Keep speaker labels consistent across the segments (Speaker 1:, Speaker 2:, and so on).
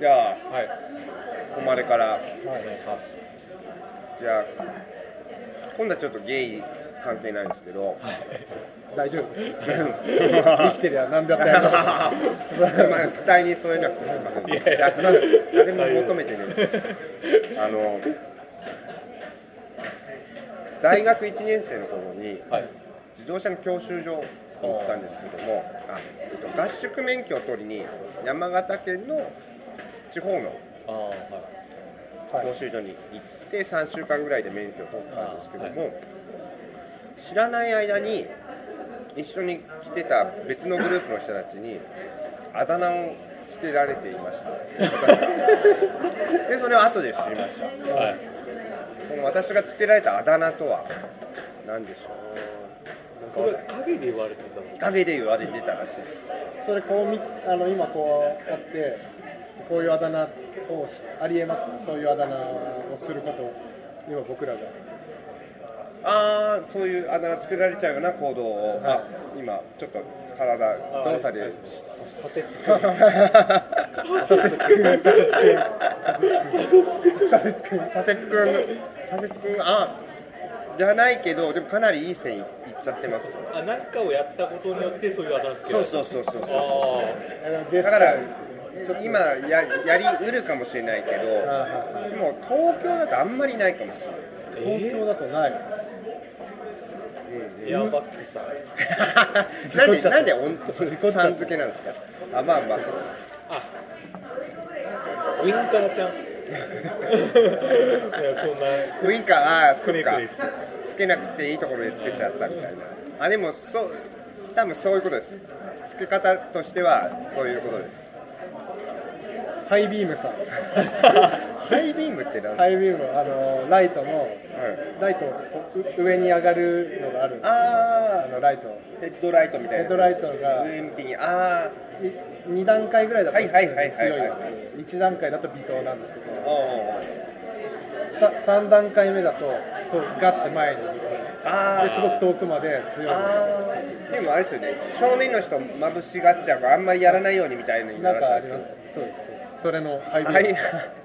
Speaker 1: じゃあ、はい、誉れからお願いします。じゃあ、今度はちょっとゲイ関係ないんですけど、
Speaker 2: 大丈夫です 生きてりゃ何だってありま
Speaker 1: まあ期待に添えなくてもいいから、誰も求めてない。あの大学1年生の頃に
Speaker 3: はい
Speaker 1: 自動車の教習所に行ったんですけども、あえっと合宿免許を取りに山形県の地方の
Speaker 3: あーはい
Speaker 2: す、はい
Speaker 1: 教習所に行って3週間ぐらいで免許を取ったんですけども、知らない間に一緒に来てた別のグループの人たちにあだ名をつけられていました私がでそれを後で知りました
Speaker 3: はい
Speaker 1: その私がつけられたあだ名とは何でしょ
Speaker 3: それ影で言われてたの
Speaker 1: う陰で言われてたらしいです
Speaker 2: それこうみあの今こうやってこういうあだ名をしありえますそういうあだ名をすることを今僕らが
Speaker 1: ああそういうあだ名つけられちゃうような行動を、
Speaker 2: はい
Speaker 1: あ今ちょっと体動作で
Speaker 3: 左折
Speaker 2: 左折くん左折くん左折くん
Speaker 1: 左折くん左折くんあじゃないけどでもかなりいい線いいっちゃってます
Speaker 3: あなんかをやったことによってそういうあだ名つけ
Speaker 1: そう
Speaker 3: う
Speaker 1: そうそうそう
Speaker 3: あ
Speaker 1: そ
Speaker 2: ジェ
Speaker 1: うだ
Speaker 2: スチャ
Speaker 1: から
Speaker 2: ー
Speaker 1: 今ややりうるかもしれないけ
Speaker 2: あ
Speaker 1: ど
Speaker 2: はい
Speaker 1: でも東京だとあんまりないかもしれない
Speaker 2: 東京だとない、
Speaker 3: あエアバッグさん
Speaker 1: なんで
Speaker 2: 事故っちゃった
Speaker 1: なんでおんさん付けなんですかあまあまあそう
Speaker 3: ウィンカーちゃんいやこんな
Speaker 1: ウインカーああそっ
Speaker 3: ね
Speaker 1: か
Speaker 3: くね
Speaker 1: つけなくていいところでつけちゃったみたいなあでもそう多分そういうことですつけ方としてはそういうことです
Speaker 2: ハイビームさん
Speaker 1: ハイビームってなんで
Speaker 2: ハイビームはあのライトの
Speaker 1: すか、はい、
Speaker 2: ライトこう上に上がるのがあるんです
Speaker 1: ああ
Speaker 2: あのライト
Speaker 1: ヘッドライトみたいな
Speaker 2: ヘッドライトが
Speaker 1: 上向きにああ
Speaker 2: 2段階ぐらいだと
Speaker 1: はいはいはいはい
Speaker 2: 強い
Speaker 1: はい
Speaker 2: やつ1段階だと微糖なんですけど
Speaker 1: あ
Speaker 2: さ3段階目だとこうガッて前に行く
Speaker 1: あ
Speaker 2: ですごく遠くまで強い
Speaker 1: あーでもあれですよね正面の人まぶしがっちゃうからあんまりやらないようにみたいなの
Speaker 2: なんかあ
Speaker 1: っ
Speaker 2: り
Speaker 1: た
Speaker 2: ます
Speaker 1: け
Speaker 2: そうですそうですそれのハイビ
Speaker 1: はい
Speaker 2: ー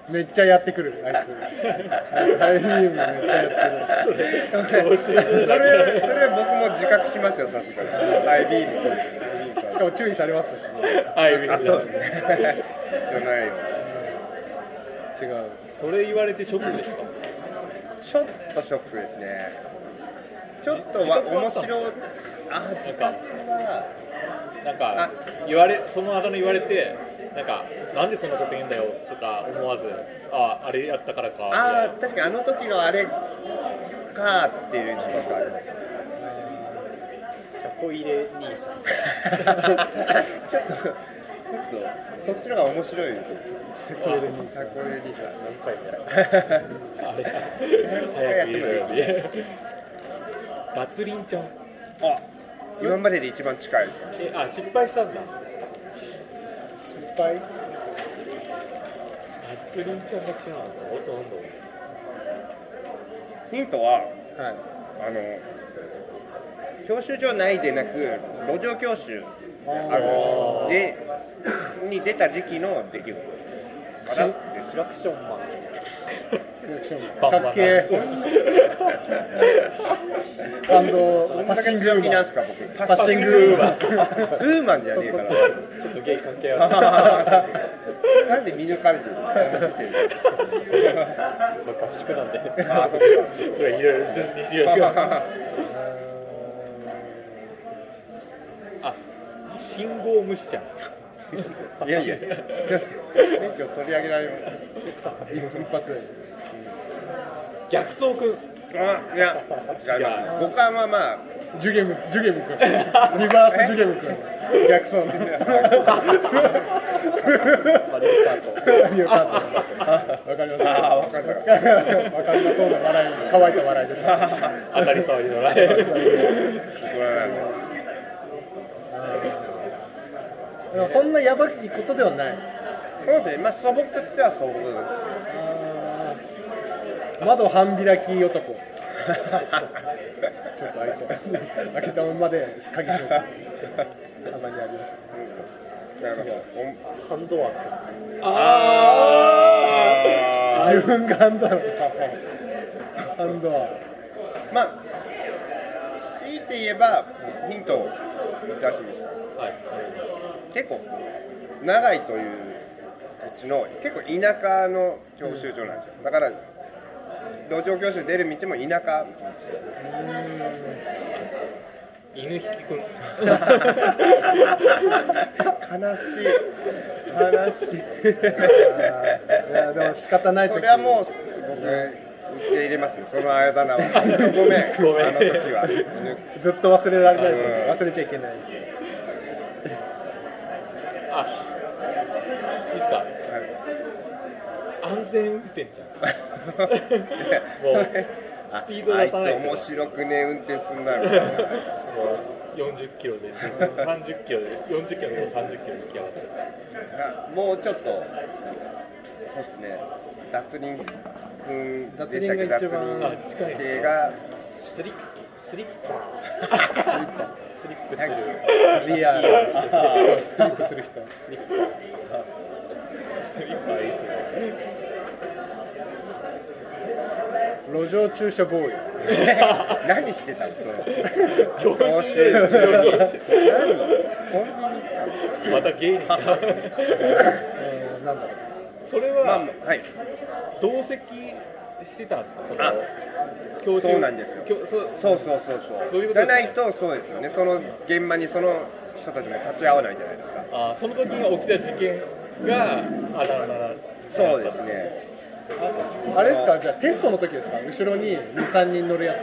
Speaker 2: ムめっちゃやってくるあいつあいつハイビームめっちゃやってる
Speaker 3: 調子いい
Speaker 1: ど それそれは僕も自覚しますよさすがにハイビームハイビーム
Speaker 2: しかも注意されますよ
Speaker 3: アイビー
Speaker 1: そうですね必要ないよ
Speaker 2: 違う
Speaker 3: それ言われてショックでした
Speaker 1: ちょっとショックですねちょっとわ面白いあー時間
Speaker 3: なんか言われそのあだ名言われてなんかなんでそんなこと言うんだよとか思わずああれやったからか
Speaker 1: あー確かにあの時のあれかーっていう時間があります
Speaker 3: 車庫入れ兄さん
Speaker 1: ちょっと、ちょっと、そっちの方が面白いよ。
Speaker 2: これでも
Speaker 1: あ、これリサ。
Speaker 3: 何回もやるあれ
Speaker 1: や
Speaker 3: 早
Speaker 1: ってみ
Speaker 3: く入れ
Speaker 1: ろ
Speaker 3: る
Speaker 1: よ
Speaker 3: ようにガツリンちゃん
Speaker 1: あ、今までで一番近い。
Speaker 3: えあ失敗したんだ
Speaker 2: 失敗
Speaker 3: ガツリンちゃんが違うの音温度
Speaker 1: ヒントは、
Speaker 2: はい
Speaker 1: あの。教習所内でなく、路上教習。あるんですよ。で、に出た時期の出来事。あらって
Speaker 3: クラクションマン
Speaker 2: リアクション
Speaker 3: バンバン
Speaker 2: かっけえバンドパッシングウ
Speaker 1: 強
Speaker 2: ー
Speaker 1: 気な
Speaker 2: マ
Speaker 1: ん
Speaker 2: ン
Speaker 1: すか、僕。パ
Speaker 2: パッシングウーマン
Speaker 1: ウーマンじゃねえから。
Speaker 3: ちょっとゲイ関係ある
Speaker 1: なんで見抜かれてるの。
Speaker 3: まあ合宿なんでいろいろ全然違う違うあ信号無視ちゃん
Speaker 1: いやいや。
Speaker 2: 免許取り上げられます一発で
Speaker 3: 逆走くん
Speaker 1: あ、いや。違いますね。五感はまあ。
Speaker 2: ジュゲム、ジュゲム君、リバースジュゲム君、逆 走の。
Speaker 3: まあレオパート
Speaker 2: よかった。わかります。
Speaker 1: ああ、わかった。
Speaker 2: わかります。そうな笑い、乾いた笑いです。
Speaker 3: 当たり障りのない
Speaker 1: これなんだ
Speaker 2: でもそんなやばいことではない。
Speaker 1: そうですね、まあ、素朴っちゃ素朴だ
Speaker 2: 窓半開き男。ちょっと開いちゃう。開けたままで鍵閉めちゃう。たまにあります。
Speaker 1: なるほど
Speaker 2: ハンドワーク
Speaker 3: あ
Speaker 1: あ
Speaker 2: 自分がハンドワークハンドワーク
Speaker 1: まあ強いて言えばヒントを出しました
Speaker 3: ーはい
Speaker 1: 結構長いという土地の結構田舎の教習所なんですよだから路上教習出る道も田舎
Speaker 3: 犬引きくん
Speaker 1: 悲しい悲しい
Speaker 2: いやでも仕方ない
Speaker 1: そ
Speaker 2: 時
Speaker 1: れはもうすごく受け入れますねそのあだ名をごめん
Speaker 3: ごめん
Speaker 1: あの時は
Speaker 2: ずっと忘れられないですよね忘れちゃいけない
Speaker 3: あいいっすか安全運転じゃん もうスピー ド
Speaker 1: あ
Speaker 3: 出
Speaker 1: いつ
Speaker 3: さないと
Speaker 1: 面白くね運転すんなみたいな
Speaker 3: 40キロで30キロで40キロで30キロで行きやがっ
Speaker 1: あ
Speaker 3: て
Speaker 1: もうちょっとそうですね脱輪君でしたっけ
Speaker 2: 脱輪が一
Speaker 1: 脱
Speaker 2: 番
Speaker 1: 輪
Speaker 3: あ近い
Speaker 1: 系が
Speaker 3: スリッスリッパスリップする
Speaker 2: リアルスリップする人
Speaker 3: スリッパスリッパいいっすね
Speaker 2: 路上駐車ボーイ
Speaker 1: 何してたのその
Speaker 3: 教習所教習所また芸人
Speaker 2: えーなんだろう
Speaker 3: それ
Speaker 1: まあ
Speaker 3: は
Speaker 1: はい
Speaker 3: 同席してたんですかその
Speaker 1: あ
Speaker 3: 教習
Speaker 1: そうなんですよ
Speaker 3: 教そ
Speaker 1: そ
Speaker 3: う
Speaker 1: うそうそうそう
Speaker 3: そういうことですね
Speaker 1: じゃないとそうですよねその現場にその人たちも立ち会わないじゃないですか
Speaker 3: あその時に起きた事件があだ名だな
Speaker 1: そうですね
Speaker 2: あれですかじゃあテストの時ですか後ろに23人乗るやつ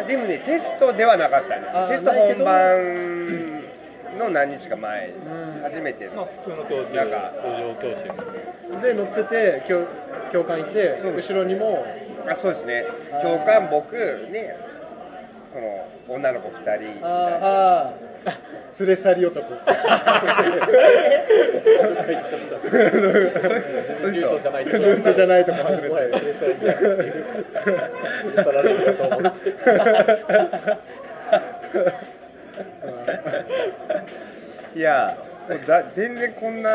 Speaker 1: あでもねテストではなかったんです
Speaker 2: あ
Speaker 1: テスト
Speaker 2: ないけ
Speaker 1: 本
Speaker 2: ど
Speaker 1: 番の何日か前に初めて
Speaker 3: まあ
Speaker 1: の
Speaker 3: 普通の教習路
Speaker 1: なんか
Speaker 3: 上教習
Speaker 2: で乗ってて教教官いて
Speaker 1: そう
Speaker 2: 後ろにも
Speaker 1: あそうですね教官僕ねその女の子2人
Speaker 2: あーあー連れ去り男
Speaker 1: 嘘
Speaker 3: じゃない
Speaker 2: ルートじゃないとか外れ
Speaker 3: おい
Speaker 2: て
Speaker 3: それそれじゃんさられるかと思って
Speaker 1: いやだ全然こんな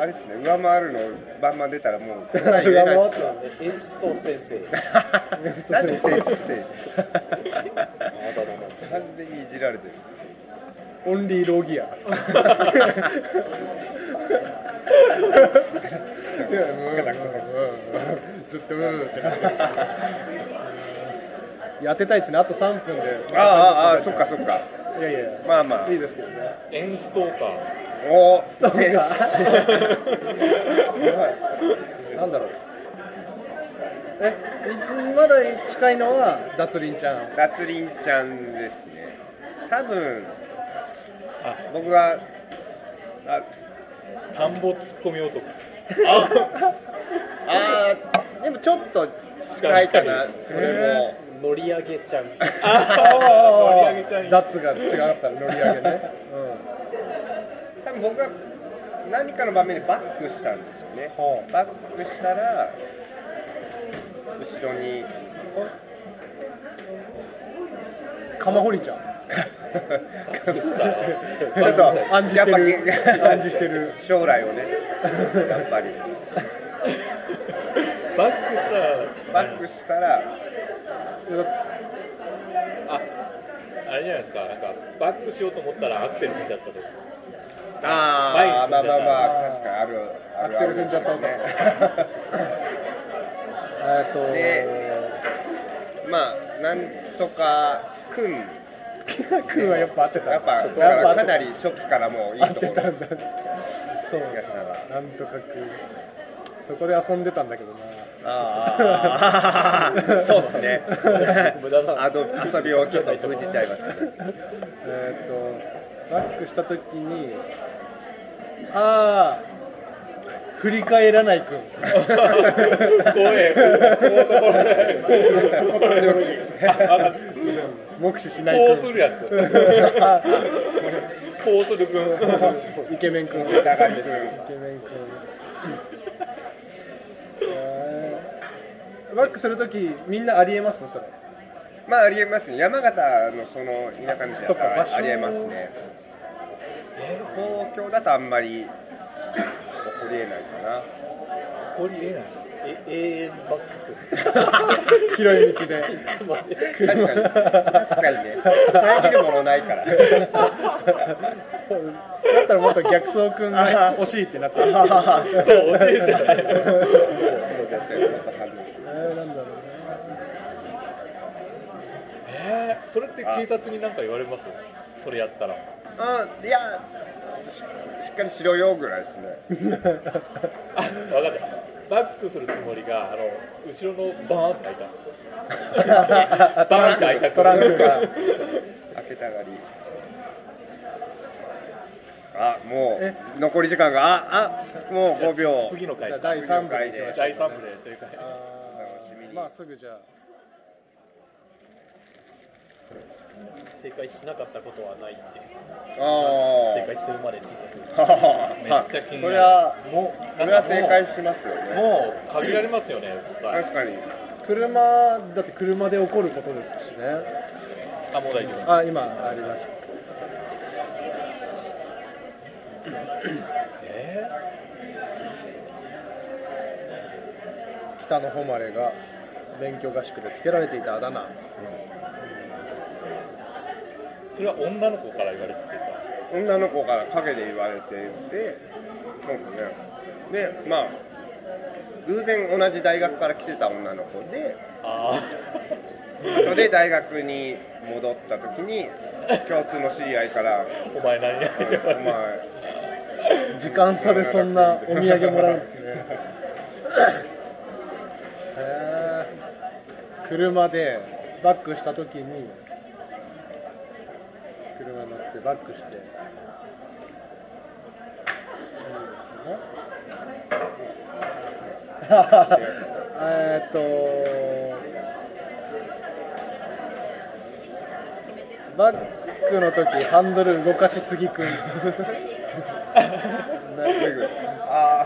Speaker 1: あれですね上回るのバンバン出たらもうこんなん言え ないっすよ
Speaker 3: エスト先生
Speaker 1: なんで先生完全にいじられてる
Speaker 2: オンリーロギアいやうんうんうんずっとうんってなってるうんいや当てたいですねあと3分で
Speaker 1: ああああそっかそっか
Speaker 2: いやいや
Speaker 1: まあまあ
Speaker 2: いいですけどね
Speaker 3: エンストーカー
Speaker 1: おお
Speaker 2: なんか
Speaker 1: 先生
Speaker 2: なんだろうえいまだ近いのは脱輪ちゃん
Speaker 1: 夏凛ちゃんですね多分
Speaker 3: あ
Speaker 1: 僕はあ
Speaker 3: 田んぼツッコミ男
Speaker 1: あーでもちょっと近いかなそれも
Speaker 4: 乗り上げちゃう
Speaker 3: あ盛り上げちゃい
Speaker 2: 脱が違かったら乗り上げね、
Speaker 1: 多分僕は何かの場面でバックしたんですよね
Speaker 2: は
Speaker 1: バックしたら後ろに
Speaker 2: うん、釜掘りちゃん
Speaker 1: ちょっと
Speaker 2: 暗示し
Speaker 1: やっ
Speaker 2: てる
Speaker 1: ぱ
Speaker 2: 暗示してる
Speaker 1: 将来をねやっぱり
Speaker 3: バックした
Speaker 1: バックしたら
Speaker 3: ああれじゃないですかなんかバックしようと思ったらアクセル踏んじゃったとか
Speaker 1: あ
Speaker 3: バイ
Speaker 1: ー
Speaker 3: ス
Speaker 1: まあまあまあ確かにあるあ
Speaker 2: ア
Speaker 1: る
Speaker 2: ク
Speaker 1: あ
Speaker 2: セ
Speaker 1: る
Speaker 2: ル踏んじゃった男えっと
Speaker 1: でまあなんとかくん
Speaker 2: 君はやっぱ当てた
Speaker 1: やっぱ
Speaker 2: そ
Speaker 1: だ
Speaker 2: こ
Speaker 1: か
Speaker 2: はやっ
Speaker 1: ら
Speaker 2: ぱ
Speaker 1: かなり初期からもういい
Speaker 2: 当
Speaker 1: とこ
Speaker 2: て
Speaker 1: ろ
Speaker 2: たんだそう
Speaker 1: 東さんは
Speaker 2: なんとか君そこで遊んでたんだけどな
Speaker 1: あー そうですね
Speaker 3: 無駄だ
Speaker 1: あと遊びをちょっと封じちゃいましたね
Speaker 2: えっとバックした時にああ振り返らない君
Speaker 3: 怖え
Speaker 2: 目視しない
Speaker 3: こう
Speaker 2: 君
Speaker 3: する やつこうする君
Speaker 2: イケメン君イケメン君
Speaker 1: 疑いです
Speaker 2: えーバックするときみんなありえますそれ
Speaker 1: まあありえますね山形のその田舎道だ
Speaker 2: そ
Speaker 1: っ
Speaker 2: ったか場
Speaker 1: ら
Speaker 2: 所
Speaker 1: ありえますね東京だとあんまり起こりえないかな
Speaker 3: こりえないえ永遠バ
Speaker 2: 広い道で
Speaker 3: ック
Speaker 1: 確かに確かにね遮るものないから
Speaker 2: だったらもっと逆走くんが惜しいってなってる
Speaker 3: そう教えてない
Speaker 2: えーなんだろうね
Speaker 3: えーそれって警察に何か言われますそれやったら
Speaker 1: あいやししっかりしろよぐらいですね
Speaker 3: あ分かったバックするつもりがあの後ろのバーンって開いたバーンって開いた
Speaker 2: トランク
Speaker 1: 開け
Speaker 2: が
Speaker 1: たがりあもう残り時間がああもう5秒楽
Speaker 3: 次の回
Speaker 2: じゃあ
Speaker 3: です
Speaker 2: 第3部でいきましょう
Speaker 3: 第3部で正解
Speaker 1: しみに
Speaker 2: まあすぐじゃあ
Speaker 4: 正解しなかったことはないっていう正
Speaker 1: あ
Speaker 4: 解するまで続く
Speaker 1: あ
Speaker 3: めっちゃ気になる
Speaker 1: それは
Speaker 3: もう
Speaker 1: それは正解
Speaker 3: も
Speaker 1: しますよね
Speaker 3: うもう限られますよね答え
Speaker 1: 確かに
Speaker 2: 車だって車で起こることですしね
Speaker 3: あもう大丈夫
Speaker 2: あ今ありました
Speaker 3: え
Speaker 2: 北の誉れが勉強合宿でつけられていたあだ名
Speaker 3: ーそれは女の子から言われてた
Speaker 1: 女の子から陰で言われていてそうですねでまあ偶然同じ大学から来てた女の子で
Speaker 3: あ
Speaker 1: 後で大学に戻った時に共通の知り合いから
Speaker 3: あお前何
Speaker 1: 「お
Speaker 3: 々
Speaker 1: 前
Speaker 2: 時間差でそんなお土産もらうんですねへー車でバックした時に車乗ってバックしてえーっとバックの時ハンドル動かしす ぎくん
Speaker 1: あ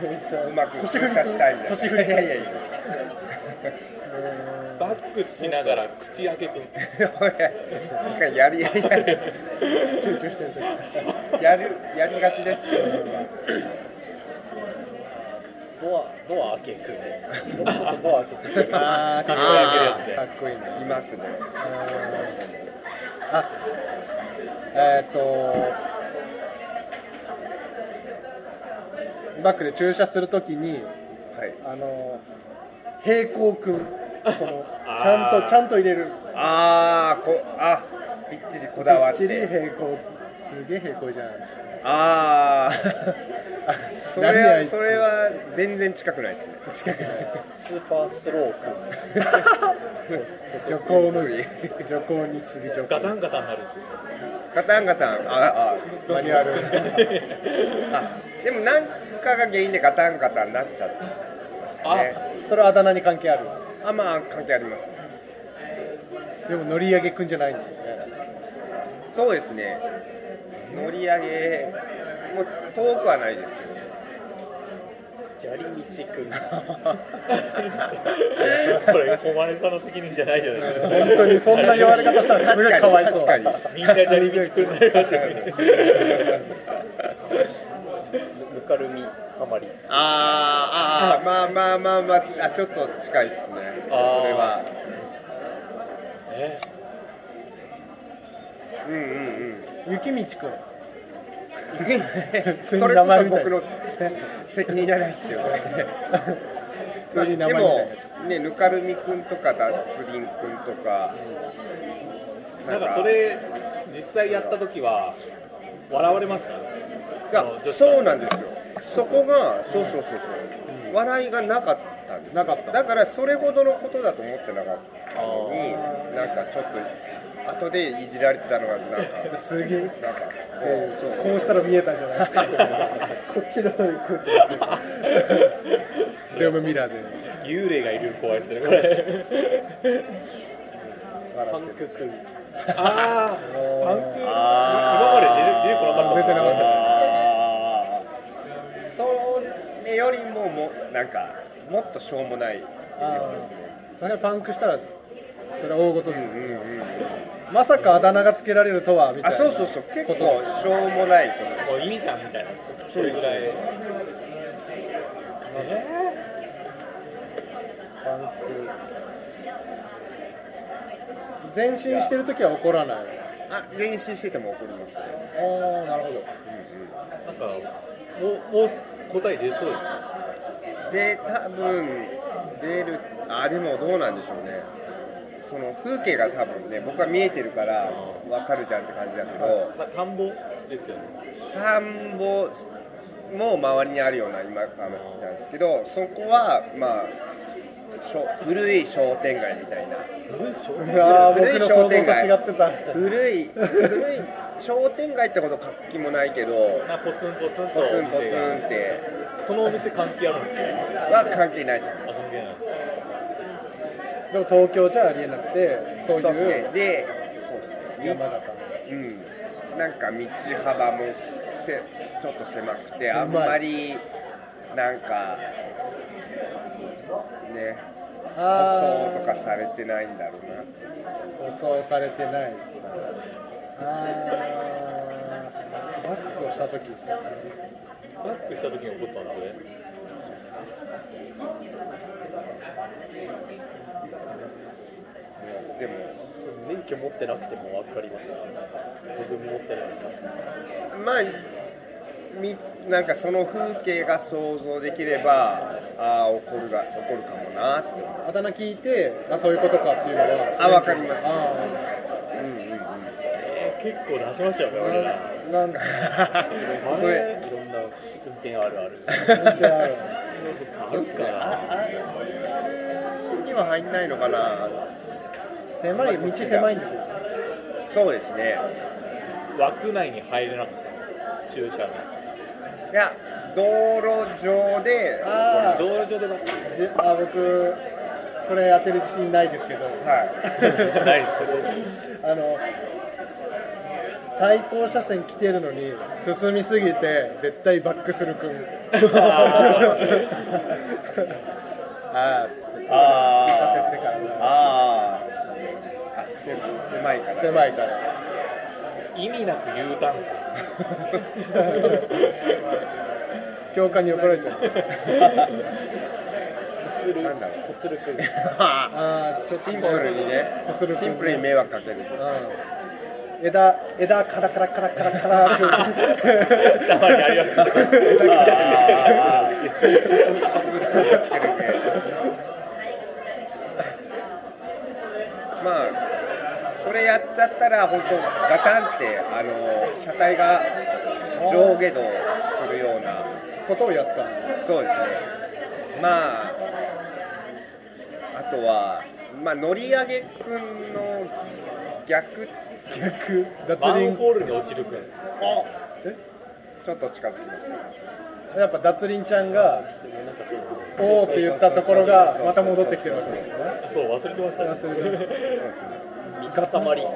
Speaker 2: めっちゃ
Speaker 1: あうまく出社したい」みたいな
Speaker 2: 腰振りいやいやいや
Speaker 3: バックしながら口開けくん
Speaker 1: 確かにやりやり
Speaker 2: 集中してる時
Speaker 1: やるやりがちですけど
Speaker 4: ドアドア開けくねちょっとドア開けて
Speaker 2: ああかっこい
Speaker 3: あ
Speaker 2: い
Speaker 3: ー
Speaker 2: かっこいいね
Speaker 1: いますね
Speaker 2: あえーっとバックで駐車するときに
Speaker 1: はい
Speaker 2: あの平行くんこのち
Speaker 3: あ
Speaker 2: ゃん
Speaker 3: ー
Speaker 2: とちゃんと入れる
Speaker 1: ああこあびっちりこだわっ
Speaker 2: きっちり
Speaker 1: て
Speaker 2: 平行すげえ平行じゃないですか
Speaker 1: あ あそれ
Speaker 2: 何あい
Speaker 1: は
Speaker 2: つ
Speaker 1: それは全然近くないですね
Speaker 4: スーパースローくん
Speaker 2: 徐行の徐行に次徐
Speaker 3: ガ
Speaker 2: 行
Speaker 3: タンガタ ンなる
Speaker 1: ガタンガタンああ
Speaker 2: マニュアル
Speaker 1: あでも何かが原因でガタンガタンになっちゃってましたね
Speaker 2: それはあだ名に関係ある
Speaker 1: あまあ関係あります
Speaker 2: でも乗り上げくんじゃないんですよね
Speaker 1: そうですね乗り上げもう遠くはないですけ
Speaker 4: 砂
Speaker 1: ど
Speaker 4: 利道くん
Speaker 3: これ誉れさんの責任じゃないじゃないですか
Speaker 2: 本当にそんな言われ方したらすごいかわいそう
Speaker 1: 確かに
Speaker 3: みんな砂利道くんになりますよね
Speaker 4: ぬかるみハマり
Speaker 1: あーあーまあまあまあまああちょっと近いですねそれはうん
Speaker 2: 雪道くん
Speaker 1: うんうん
Speaker 2: 通に
Speaker 1: それ
Speaker 2: 名
Speaker 1: こ
Speaker 2: 前
Speaker 1: そ
Speaker 2: みたい
Speaker 1: 僕の責任じゃないっすよね
Speaker 2: 普通
Speaker 1: で
Speaker 2: に名前みたいになっちゃ
Speaker 1: も
Speaker 2: う
Speaker 1: ねぬかるみくんとかだつりんくんとか
Speaker 3: なんかそれ実際やった時は笑われました
Speaker 1: いや
Speaker 3: あの女子さん
Speaker 1: そうなんですよそこがそうそうそうそう、笑いがなかったんですよ
Speaker 2: なかった
Speaker 1: だからそれほどのことだと思ってなかったのになんかちょっと後でいじられてたのがなんか
Speaker 2: すげえ
Speaker 1: なんかそう
Speaker 2: こうしたら見えたんじゃないです かこっちの方にこうやってルームミラーで
Speaker 3: 幽霊がいる怖いですねこれ
Speaker 4: パンクくん
Speaker 3: ああパンク
Speaker 1: あ
Speaker 3: 今まで出る出てこなかった
Speaker 2: 出てなかった
Speaker 1: あーそれよりももなんかもっとしょうもない
Speaker 2: ああだからパンクしたらそれは大事です、
Speaker 1: うんうん
Speaker 2: まさかあだ名がつけられるとはみた
Speaker 1: あ
Speaker 2: いな
Speaker 1: そうそうそう結構しょうもないこと
Speaker 4: もういいじゃんみたいな
Speaker 1: そ
Speaker 4: そうれ
Speaker 1: です
Speaker 4: ぐらい
Speaker 2: パンク前進してるときは怒らない
Speaker 1: あ練習してても怒りますね
Speaker 2: ああなる ほど
Speaker 3: なんか、もう、もう答え出そうですか。
Speaker 1: で多分出るあでもどうなんでしょうねその風景が多分ね僕は見えてるから分かるじゃんって感じだけど
Speaker 3: まあ、田んぼですよね。
Speaker 1: 田んぼも周りにあるような今あのなんですけどそこはまあしょ古い商店街みたいな
Speaker 2: うわー僕
Speaker 1: 古い
Speaker 2: の
Speaker 1: 商
Speaker 2: 想像と
Speaker 1: 店街
Speaker 2: 違ってた
Speaker 1: 古い古い商店街ってほど活気もないけど
Speaker 3: なポツンポツンと
Speaker 1: ポ
Speaker 3: お
Speaker 1: ツンポツ
Speaker 3: 店が。
Speaker 1: ンって
Speaker 3: そのお店関係あるんですか。
Speaker 1: は関係ないです
Speaker 3: あ、関係ない。
Speaker 2: でも東京じゃありえなくてそう
Speaker 1: そうです
Speaker 2: いう
Speaker 1: ねでそうですね
Speaker 2: 山形の
Speaker 1: うん、なんか道幅もせちょっと狭くてあんまりなんかね
Speaker 2: あ
Speaker 1: 舗装とかされてないんだろうな
Speaker 2: ー舗装されてないあーバックをしたとき
Speaker 3: バックした時に起こったんですね。
Speaker 1: でも
Speaker 4: 免許持ってなくても分かります僕も持ってないです
Speaker 1: まあみなんかその風景が想像できればああ怒るが怒るかもなって思う
Speaker 2: あだ名聞いてあそういうことかっていうのは
Speaker 1: あわかります
Speaker 2: あ
Speaker 4: えー結構出しましたよね俺ら
Speaker 2: ー なんで
Speaker 1: これ
Speaker 4: いろんな運転あるある
Speaker 2: ある
Speaker 4: あるから
Speaker 1: には入んないのかな
Speaker 2: 狭い道狭いんですよ
Speaker 1: そうですね
Speaker 3: 枠内に入れなかった。駐車の。
Speaker 1: いや道路上で
Speaker 2: あ
Speaker 3: 道路上でバック。
Speaker 2: ーじあ僕これ当てる自信ないですけど
Speaker 1: はい
Speaker 3: ないですよ。
Speaker 2: あの対向車線来てるのに進みすぎて絶対バックする君 ああつって行かせてから
Speaker 1: あああせ狭いから
Speaker 2: 狭いから
Speaker 3: 意味なく U ターン。
Speaker 2: 教官に怒られちゃう
Speaker 4: こする
Speaker 1: なんだろう
Speaker 4: こするくん
Speaker 2: ああちょっと
Speaker 1: シンプルにね
Speaker 2: こする
Speaker 1: シンプルに迷惑かける
Speaker 2: うん枝枝カラカラカラカラカラ君
Speaker 3: たまにあります。
Speaker 1: 植物をつけるねまあそれやっちゃったら本当ガタンってあの車体が上下動するような
Speaker 2: ことをやったんだ
Speaker 1: そうですねまああとはまあ乗り上げくんの逆
Speaker 2: 逆
Speaker 3: マ
Speaker 2: 脱
Speaker 3: ン
Speaker 2: 輪
Speaker 3: ホールに落ちるくん。
Speaker 1: ちょっと近づきました
Speaker 2: やっぱ脱輪ちゃんが
Speaker 4: なんかそうですね
Speaker 2: 「おー」って言ったところがまた戻ってきてますよね
Speaker 3: そう、忘れてました、ね。
Speaker 1: そうですね
Speaker 4: 水たまりくん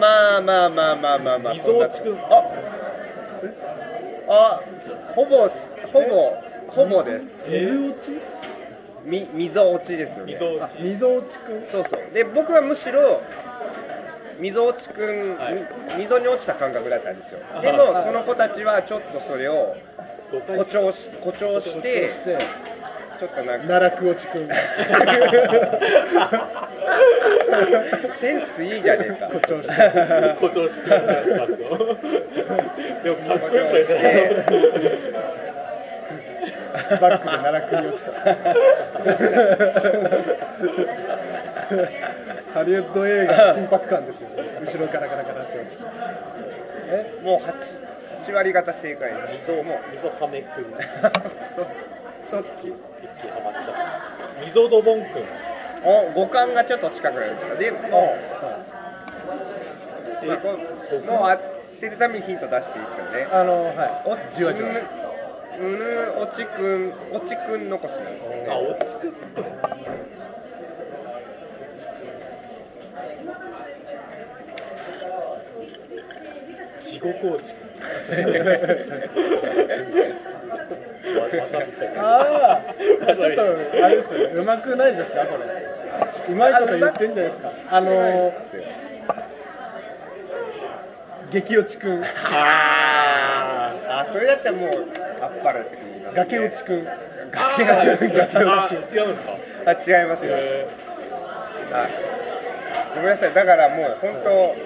Speaker 1: まあまあまあまあまあまあ。
Speaker 3: みぞおちくん
Speaker 1: そなあ、あ、ほぼすほぼほぼです。
Speaker 2: 水落ち
Speaker 1: みみぞおちですよ
Speaker 3: み
Speaker 1: ね。
Speaker 3: ぞお
Speaker 2: あ
Speaker 3: ち。
Speaker 2: 水落ちくん
Speaker 1: そうそう。で僕はむしろみぞおちくん、
Speaker 3: はい
Speaker 1: み溝に落ちた感覚だったんですよ。でもその子たちはちょっとそれを
Speaker 3: 誤解
Speaker 1: 誇張し誇張して
Speaker 2: して
Speaker 1: ちょっとなん か
Speaker 2: 奈良く落ちくん
Speaker 1: センスいいじゃねえか。
Speaker 2: 誇張して
Speaker 3: 誇張してましたねパスをでもかっこよくないですか
Speaker 2: バックで奈良くに落ちたハリウッド映画の緊迫感ですよね後ろからからからって落ちた
Speaker 1: もう八八割方正解です。
Speaker 4: 溝も溝はめくん一
Speaker 1: そっち。
Speaker 4: 気にはまっちゃ
Speaker 3: みぞどぼんくん
Speaker 1: お五感がちょっと近くなりました。でもう。まあこうもう当てるためにヒント出していいですよね。
Speaker 2: あのは
Speaker 1: お
Speaker 2: じわじわ
Speaker 1: うぬうぬおちくんおちくん残しなんですよね。
Speaker 3: あ落ちくって地獄落ちく
Speaker 4: うわざみちゃん
Speaker 2: いああちょっとあれですようまくないですかこれうまいこと言ってんじゃないですかあのー激落ちくん
Speaker 1: あーあそれだったらもうあっぱれって言います、ね、
Speaker 2: 崖落ちくん
Speaker 3: あーあ違うんですか
Speaker 1: あ違いますよ、
Speaker 3: へ
Speaker 1: あごめんなさいだからもう本当、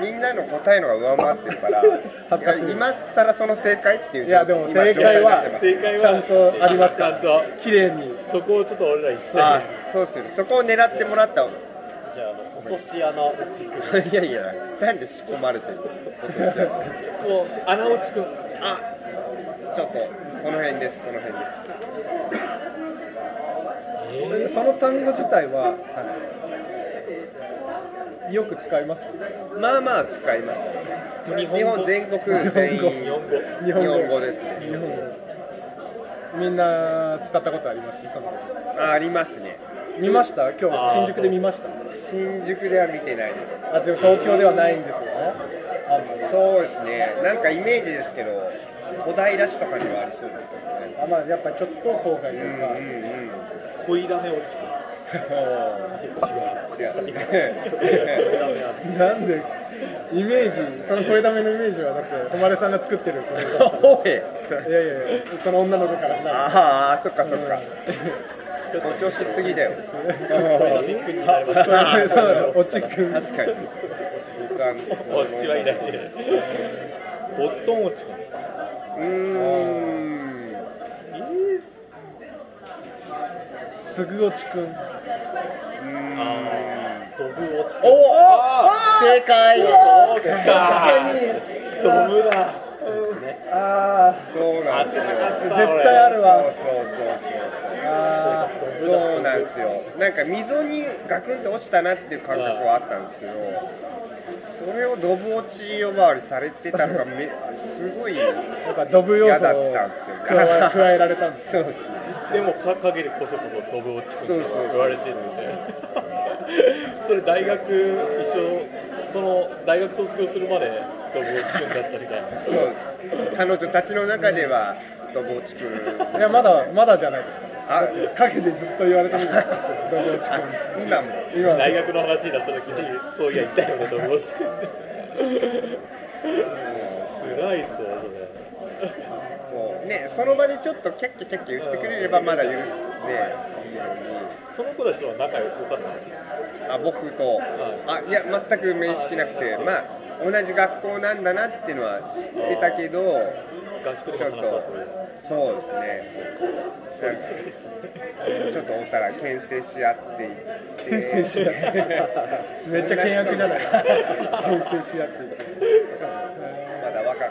Speaker 1: みんなの答えのが上回ってるから
Speaker 2: 恥ずかしい
Speaker 1: や今更その正解っていう
Speaker 2: いやでも
Speaker 1: 今
Speaker 2: 正解は
Speaker 1: 状態になって
Speaker 3: ー正解は
Speaker 2: ちゃんとありますか
Speaker 3: ち
Speaker 2: ら
Speaker 3: ゃんと
Speaker 2: 綺麗に
Speaker 3: そこをちょっと俺ら一切
Speaker 1: ますあそうっするそこを狙ってもらった い
Speaker 4: じゃああの落とし穴落ちくん
Speaker 1: やいやなんで仕込まれてるの今年は
Speaker 3: もう穴落ちくんあ
Speaker 1: ちょっとその辺ですその辺です
Speaker 2: その単語自体は、よく使います
Speaker 1: まあまあ使いますよ
Speaker 4: 日
Speaker 1: 日
Speaker 4: 本語
Speaker 1: 本全国全員
Speaker 2: 日
Speaker 1: 日
Speaker 4: 本語
Speaker 1: 本語ですね
Speaker 2: 日本語みんな使ったことありますその
Speaker 1: あありますね
Speaker 2: 見ました今日新宿で見ました
Speaker 1: 新宿では見てないです
Speaker 2: あでも東京ではないんですよねあんまり
Speaker 1: そうですねなんかイメージですけど小平市とかにはありそうですけどね
Speaker 2: あまあやっぱりちょっと郊外というか、
Speaker 3: 恋ダメ落ちくん 違
Speaker 1: 違う違う
Speaker 2: なんでイメージその声だめのイメージはだって誉さんが作ってるこれ
Speaker 1: おい
Speaker 2: いやいやいやその女の子からしたら
Speaker 1: ああそっかそっか誇張しすぎだよ
Speaker 4: これがビッグになります
Speaker 2: そうおちくん
Speaker 1: 確かに僕は
Speaker 3: うこっちはいないねボットン落ちくん
Speaker 1: うーん
Speaker 2: すぐおちくん
Speaker 4: ドブ落ち
Speaker 1: おお正解
Speaker 3: 確かにドブだ
Speaker 2: ああ
Speaker 1: そうなんですよ
Speaker 2: 絶対あるわ
Speaker 1: そうそうそうそうそう
Speaker 2: あー
Speaker 1: そうなんですよなんか溝にガクンと落ちたなっていう感覚はあったんですけどそれをドブ落ち呼ばわりされてたのがめすごい
Speaker 2: やっぱドブ要素を
Speaker 1: 嫌だったんですよ
Speaker 2: 加え加えられたんです
Speaker 1: そうです
Speaker 3: でもか陰でこそこそドブ落ちくんって言われてるんでそれ大学一緒その大学卒業するまでドブ落ちくんだったみたいな
Speaker 1: そう彼女たちの中ではドブ落ちくん
Speaker 2: いやまだまだじゃないですか
Speaker 1: あ
Speaker 2: 陰でずっと言われてるんですよドブおち
Speaker 1: あ今も
Speaker 2: くん今
Speaker 3: 大学の話になった時にそういやいたよねドブ落ちくんって辛いっすよそれ
Speaker 1: こうねその場でちょっとキャッキャキャッキャ言ってくれればまだ許すね
Speaker 3: その子たちは仲良かったんですよ
Speaker 1: あ僕とあいや全く面識なくてまあ同じ学校なんだなっていうのは知ってたけど
Speaker 3: 合宿で
Speaker 1: ちょっと
Speaker 3: も話したつもりです
Speaker 1: そうですねなんかちょっとおたら牽制し合っていって
Speaker 2: 牽制し合ってめっちゃ倹約じゃない牽制し合っていて
Speaker 1: まだ若かっ